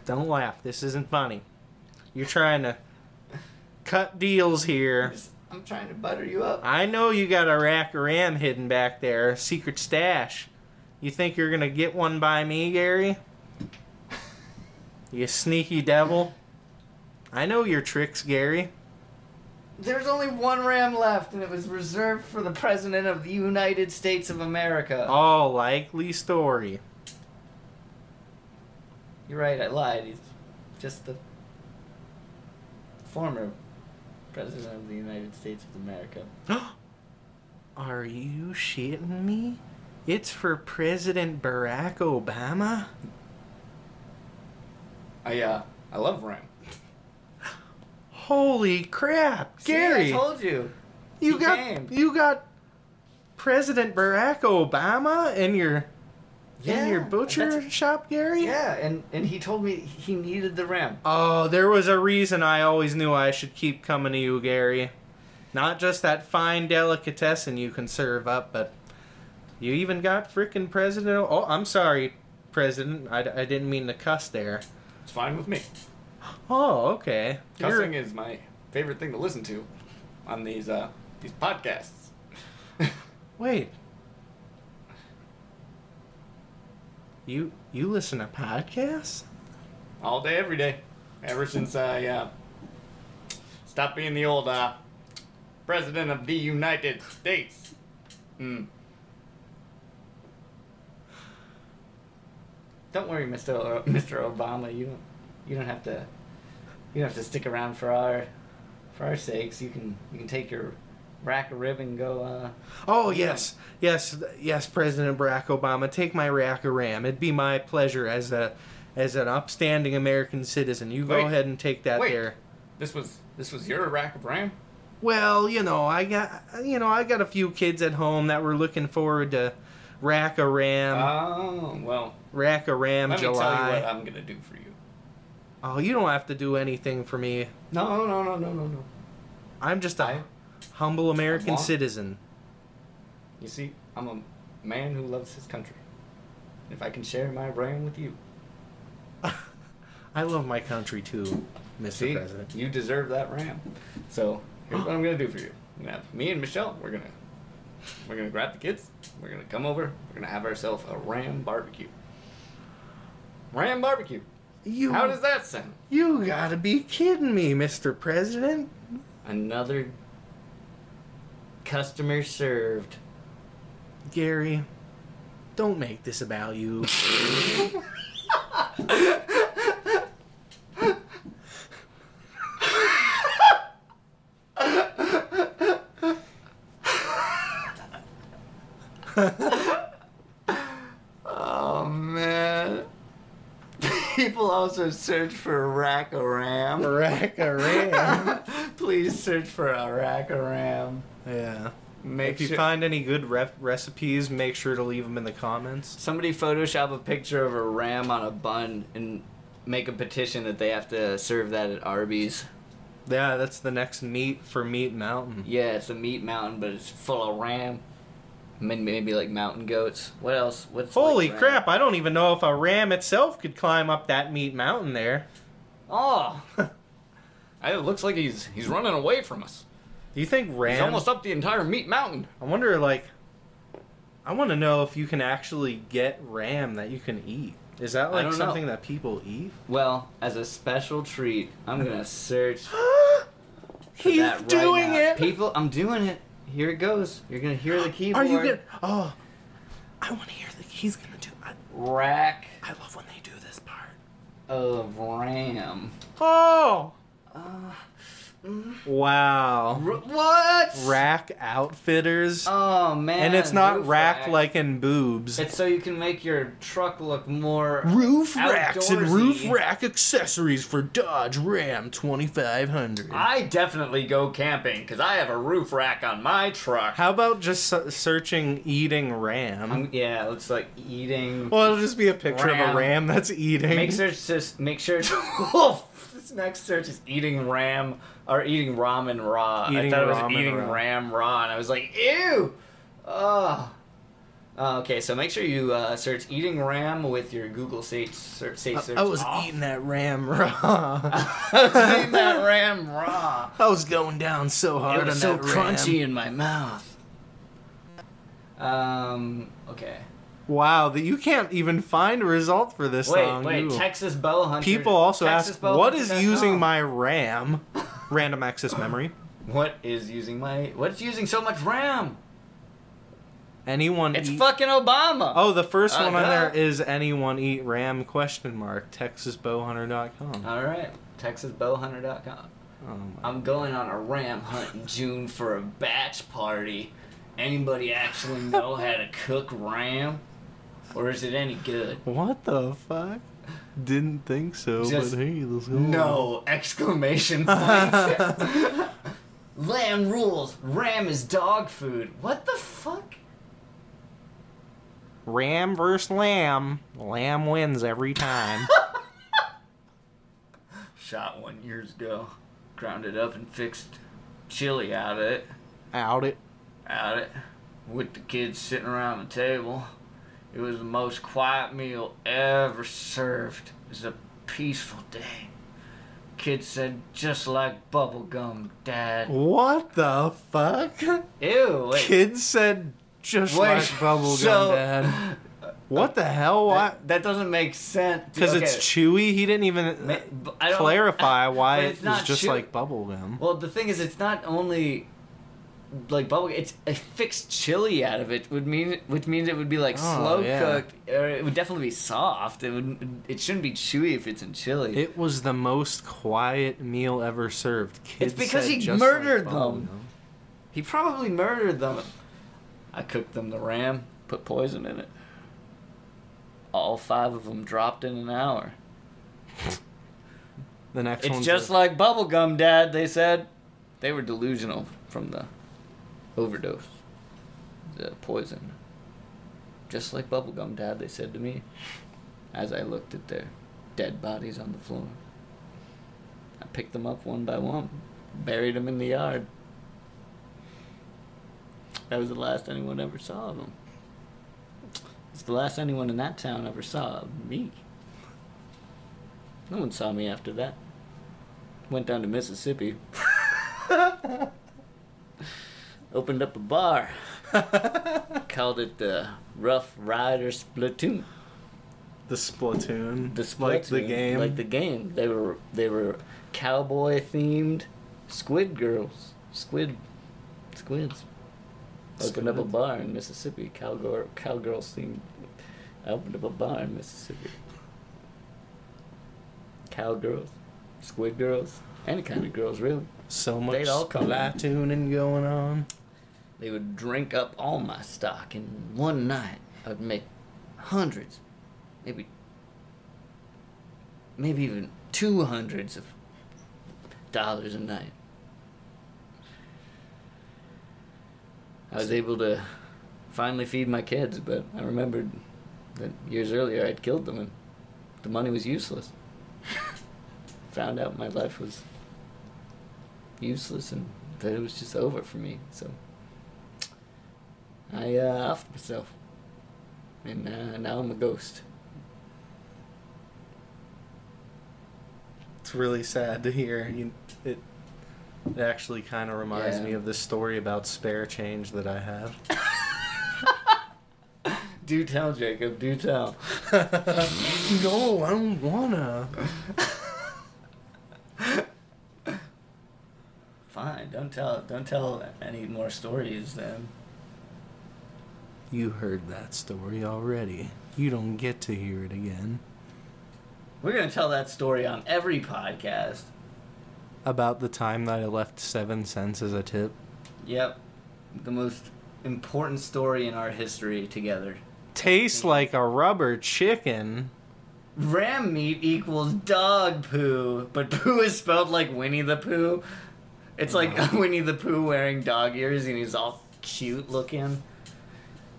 S2: don't laugh. This isn't funny. You're trying to cut deals here.
S1: Just- I'm trying to butter you up.
S2: I know you got a rack of ram hidden back there, secret stash. You think you're gonna get one by me, Gary? You sneaky devil. I know your tricks, Gary.
S1: There's only one ram left, and it was reserved for the President of the United States of America.
S2: All likely story.
S1: You're right, I lied. He's just the former President of the United States of America.
S2: Are you shitting me? It's for President Barack Obama?
S1: I uh, I love Rome.
S2: Holy crap,
S1: See,
S2: Gary!
S1: I told you.
S2: you
S1: he
S2: got
S1: came.
S2: you got President Barack Obama in your in your
S1: that's-
S2: butcher shop, Gary?
S1: Yeah, and and he told me he needed the rim.
S2: Oh, there was a reason I always knew I should keep coming to you, Gary. Not just that fine delicatessen you can serve up, but you even got frickin' President. O- oh, I'm sorry, President. I, I didn't mean to cuss there.
S1: It's fine with me.
S2: Oh, okay. You're-
S1: Cussing is my favorite thing to listen to on these uh these podcasts.
S2: Wait. You you listen to podcasts?
S1: all day, every day, ever since I uh, stopped being the old uh, president of the United States. Mm. Don't worry, Mr. O- Mr. Obama. You don't. You don't have to. You don't have to stick around for our, for our sakes. You can. You can take your rack of rib and go. Uh,
S2: Oh yes, yes, th- yes, President Barack Obama, take my rack of ram. It'd be my pleasure as a, as an upstanding American citizen. You
S1: Wait.
S2: go ahead and take that
S1: Wait.
S2: there.
S1: this was. This was your rack of ram.
S2: Well, you know, I got, you know, I got a few kids at home that were looking forward to rack of ram,
S1: Oh well.
S2: rack of ram
S1: Let me
S2: July.
S1: tell you what uh, I'm gonna do for you.
S2: oh, you don't have to do anything for me.
S1: No, no, no, no, no, no.
S2: I'm just a
S1: I-
S2: humble American
S1: want-
S2: citizen.
S1: You see, I'm a man who loves his country. If I can share my brain with you,
S2: I love my country too, Mr.
S1: see,
S2: President.
S1: you deserve that ram. So here's what I'm gonna do for you. I'm gonna have me and Michelle. We're gonna we're gonna grab the kids. We're gonna come over. We're gonna have ourselves a ram barbecue. Ram barbecue.
S2: You,
S1: How does that sound?
S2: you gotta be kidding me, Mr. President.
S1: Another customer served.
S2: Gary, don't make this about you.
S1: Oh man. People also search for rack a ram.
S2: Rack a ram.
S1: Please search for a rack of ram.
S2: Yeah.
S1: Make
S2: If you
S1: sure
S2: find any good rep- recipes, make sure to leave them in the comments.
S1: somebody Photoshop a picture of a ram on a bun and make a petition that they have to serve that at Arby's.
S2: Yeah, that's the next meat for Meat Mountain.
S1: Yeah, it's a meat mountain, but it's full of ram. Maybe, maybe like mountain goats. What else? What's like
S2: Holy
S1: ram?
S2: crap, I don't even know if a ram itself could climb up that meat mountain there.
S1: Oh, it looks like he's he's running away from us.
S2: Do you think
S1: He's
S2: ram
S1: almost up the entire meat mountain.
S2: I wonder like I want to know if you can actually get ram that you can eat. Is that like
S1: don't know.
S2: something that people eat?
S1: Well, as a special treat, I'm gonna search
S2: He's
S1: that right
S2: doing
S1: now.
S2: it.
S1: People, I'm doing it. Here it goes. You're gonna hear the keyboard.
S2: Are you gonna? Oh, I want to hear that he's gonna do. I,
S1: rack
S2: I love when they do this part.
S1: of RAM?
S2: Oh,
S1: Uh,
S2: wow!
S1: r- what?
S2: Rack outfitters,
S1: Oh man.
S2: and it's not
S1: roof
S2: rack, like in boobs.
S1: It's so you can make your truck look more.
S2: roof racks and roof
S1: outdoorsy.
S2: rack accessories for Dodge Ram 2500.
S1: I definitely go camping because I have a roof rack on my truck.
S2: How about just s- searching eating ram?
S1: Um, yeah, it looks like eating.
S2: well, it'll just be a picture of
S1: Ram.
S2: a ram that's eating.
S1: Make sure to make sure to. this next search is eating ram or eating ramen raw. I
S2: Eating
S1: thought it was
S2: ramen
S1: eating
S2: raw.
S1: ram raw, and I was like, ew. Oh. Okay, so make sure you uh, search eating ram with your Google safe search. Safe search
S2: I was
S1: off.
S2: eating that ram raw.
S1: I was eating that ram raw.
S2: I was going down so hard
S1: it was so
S2: on that ram.
S1: crunchy in my mouth. Um. Okay.
S2: Wow, that you can't even find a result for this
S1: Wait.
S2: song.
S1: wait.
S2: Ooh.
S1: Texas bow hunter.
S2: People also
S1: Texas
S2: ask,
S1: bow
S2: "What
S1: hunter
S2: is
S1: dot
S2: using
S1: com.
S2: my RAM?" Random access memory.
S1: What is using my? What's using so much RAM?
S2: Anyone?
S1: It's
S2: eat-
S1: fucking Obama.
S2: Oh, the first
S1: Uh,
S2: one on
S1: duh.
S2: there is anyone eat RAM? Question mark. TexasBowhunter.com.
S1: All right, TexasBowhunter.com.
S2: Oh my.
S1: I'm going on a ram hunt in June for a batch party, anybody actually know how to cook ram? Or is it any good?
S2: What the fuck?
S3: Didn't think so,
S1: Just-
S3: but hey, let's go.
S1: No! Exclamation point. Lamb rules. Ram is dog food. What the fuck?
S4: Ram versus lamb. Lamb wins every time.
S1: Shot one years ago. Ground it up and fixed chili out of it.
S4: Out it.
S1: Out it. With the kids sitting around the table. It was the most quiet meal ever served. It was a peaceful day. Kid said, just like bubblegum, Dad.
S2: What the fuck?
S1: Ew, wait.
S2: Kids said just
S1: Wait,
S2: like bubblegum,
S1: so-
S2: Dad. What the hell? Why?
S1: That, that doesn't make sense.
S4: Because it's
S1: Okay.
S4: chewy. He didn't even
S1: Ma-
S4: uh,
S1: but I don't-
S4: clarify why
S1: but
S4: it
S1: it's
S4: was
S1: not
S4: just
S1: chew-
S4: like bubblegum.
S1: Well, the thing is, it's not only like bubble. It's a fixed chili out of it would mean, which means it would be like
S4: Oh,
S1: slow
S4: yeah.
S1: cooked, or it would definitely be soft. It would. It shouldn't be chewy if it's in chili.
S4: It was the most quiet meal ever served. Kids
S1: because
S4: said
S1: he
S4: just
S1: murdered
S4: like
S1: them.
S4: bubblegum.
S1: he probably murdered them. I cooked them the ram, put poison in it. All five of them dropped in an hour.
S4: The next
S1: It's
S4: one's
S1: just
S4: a-
S1: like bubblegum, Dad, they said. They were delusional from the overdose, the poison. Just like bubblegum, Dad, they said to me as I looked at their dead bodies on the floor. I picked them up one by one, buried them in the yard. That was the last anyone ever saw of them. It's the last anyone in that town ever saw of me. No one saw me after that. Went down to Mississippi. Opened up a bar. Called it the Rough Rider Splatoon.
S2: The Splatoon.
S1: The
S2: Like the
S1: Splatoon,
S2: game.
S1: Like the game. They were they were cowboy themed squid girls. Squid squids. Opened up a
S2: Squids.
S1: bar in Mississippi. Cowgirl cowgirls themed I opened up a bar in Mississippi. Cowgirls, squid girls, any kind of girls really.
S2: so much
S1: They'd all come in.
S2: Splatooning going on.
S1: They would drink up all my stock in one night. I'd make hundreds, maybe, maybe even two hundreds of dollars a night. I was able to finally feed my kids, but I remembered that years earlier I'd killed them and the money was useless. Found out my life was useless and that it was just over for me, so. I uh, offed myself. And uh, now I'm a ghost.
S2: It's really sad to hear. You, it, it actually kind of reminds
S1: Yeah.
S2: me of this story about spare change that I have.
S1: Do tell, Jacob. Do tell.
S2: no, I don't wanna.
S1: Fine. Don't tell. Don't tell any more stories then.
S4: You heard that story already. You don't get to hear it again.
S1: We're gonna tell that story on every podcast.
S4: About the time that I left seven cents as a tip.
S1: Yep. The most important story in our history together.
S4: Tastes like a rubber chicken.
S1: Ram meat equals dog poo, but poo is spelled like Winnie the Pooh. It's like Winnie the Pooh wearing dog ears and he's all cute looking.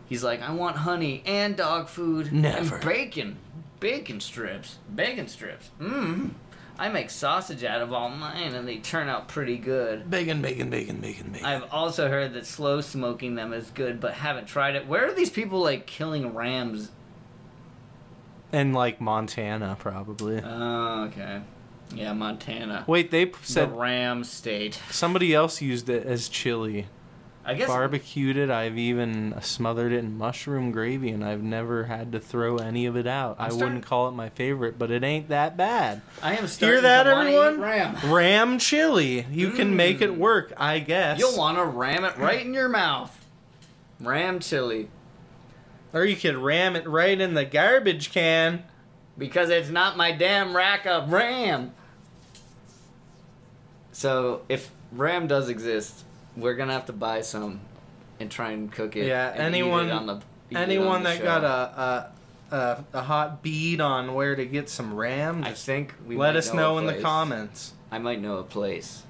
S1: He's like, I want honey and dog food
S4: Never.
S1: and bacon, bacon strips, bacon strips. Mmm. I make sausage out of all mine and they turn out pretty good.
S4: Bacon, bacon, bacon, bacon, bacon.
S1: I've also heard that slow smoking them is good, but haven't tried it. Where are these people like killing rams?
S4: And like Montana, probably.
S1: Oh, okay. Yeah, Montana.
S4: Wait, they p-
S1: the
S4: said
S1: Ram State.
S4: somebody else used it as chili.
S1: I guess
S4: Barbecued it. I've even smothered it in mushroom gravy, and I've never had to throw any of it out. I
S1: starting-
S4: wouldn't call it my favorite, but it ain't that bad.
S1: I am starting
S4: that,
S1: to wanna eat
S4: everyone?
S1: Ram.
S4: Ram chili. You can make it work, I guess.
S1: Mm. You'll want to ram it right in your mouth. Ram chili.
S4: or you could ram it right in the garbage can.
S1: Because it's not my damn rack of Ram. So, if Ram does exist, we're going to have to buy some and try and cook it.
S2: Yeah,
S1: and eat it
S2: anyone-
S1: on the eat it on
S2: Anyone
S1: the
S2: that
S1: show.
S2: got a, a a a hot bead on where to get some ram,
S1: I
S2: just
S1: think we
S2: let
S1: might
S2: us
S1: know
S2: know
S1: a
S2: in the
S1: place.
S2: comments.
S1: I might know a place.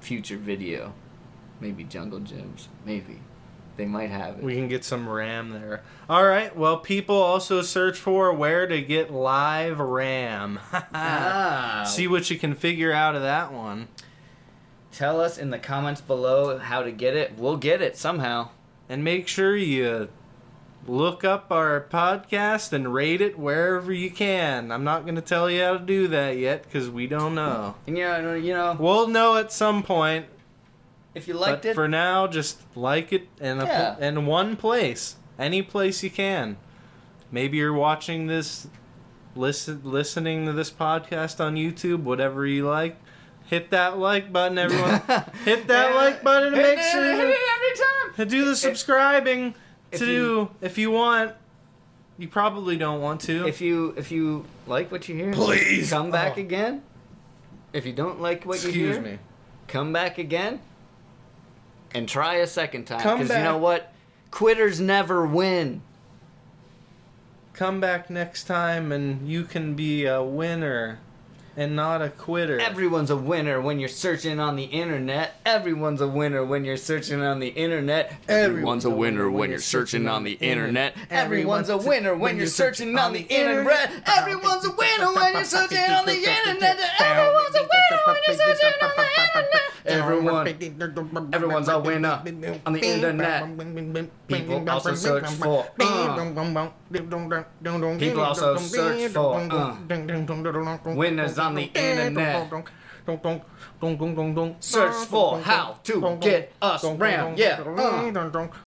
S1: Future video, maybe Jungle Gyms, maybe they might have it.
S2: We can get some RAM there. All right. Well, people also search for where to get live RAM.
S1: Ah.
S2: See what you can figure out of that one.
S1: Tell us in the comments below how to get it. We'll get it somehow.
S2: And make sure you look up our podcast and rate it wherever you can. I'm not going to tell you how to do that yet because we don't know.
S1: And yeah, you know,
S2: We'll know at some point.
S1: if you liked
S2: but
S1: it,
S2: for now, just like it in, a,
S1: Yeah.
S2: pl- in one place, any place you can. Maybe you're watching this, listen, listening to this podcast on YouTube, whatever you like. Hit that like button, everyone. hit that
S1: Yeah.
S2: like button and
S1: Hit
S2: make
S1: it,
S2: sure.
S1: hit it every time.
S2: To do the subscribing
S1: if
S2: to
S1: you-
S2: if you want. You probably don't want to.
S1: If you if you like what you hear,
S3: Please.
S1: come back
S2: Oh.
S1: again. If you don't like what you hear,
S2: Excuse me.
S1: come back again and try a second time.
S2: Come
S1: Because you know
S2: back.
S1: what? Quitters never win.
S2: Come back next time and you can be a winner and not a quitter.
S1: Everyone's a winner when you're searching on the internet. Everyone's a winner when you're searching on the internet. Everyone's a winner when you're searching on the internet. Everyone's a winner when you're searching on the internet. Everyone's a winner when you're searching on the internet. Everyone's a winner when you're searching on the internet. Everyone.
S3: Everyone,
S1: everyone's a winner on the
S3: internet.
S1: People also search for, uh. People also search for, uh. Winners on the internet. Search for how to get us round. Yeah. uh.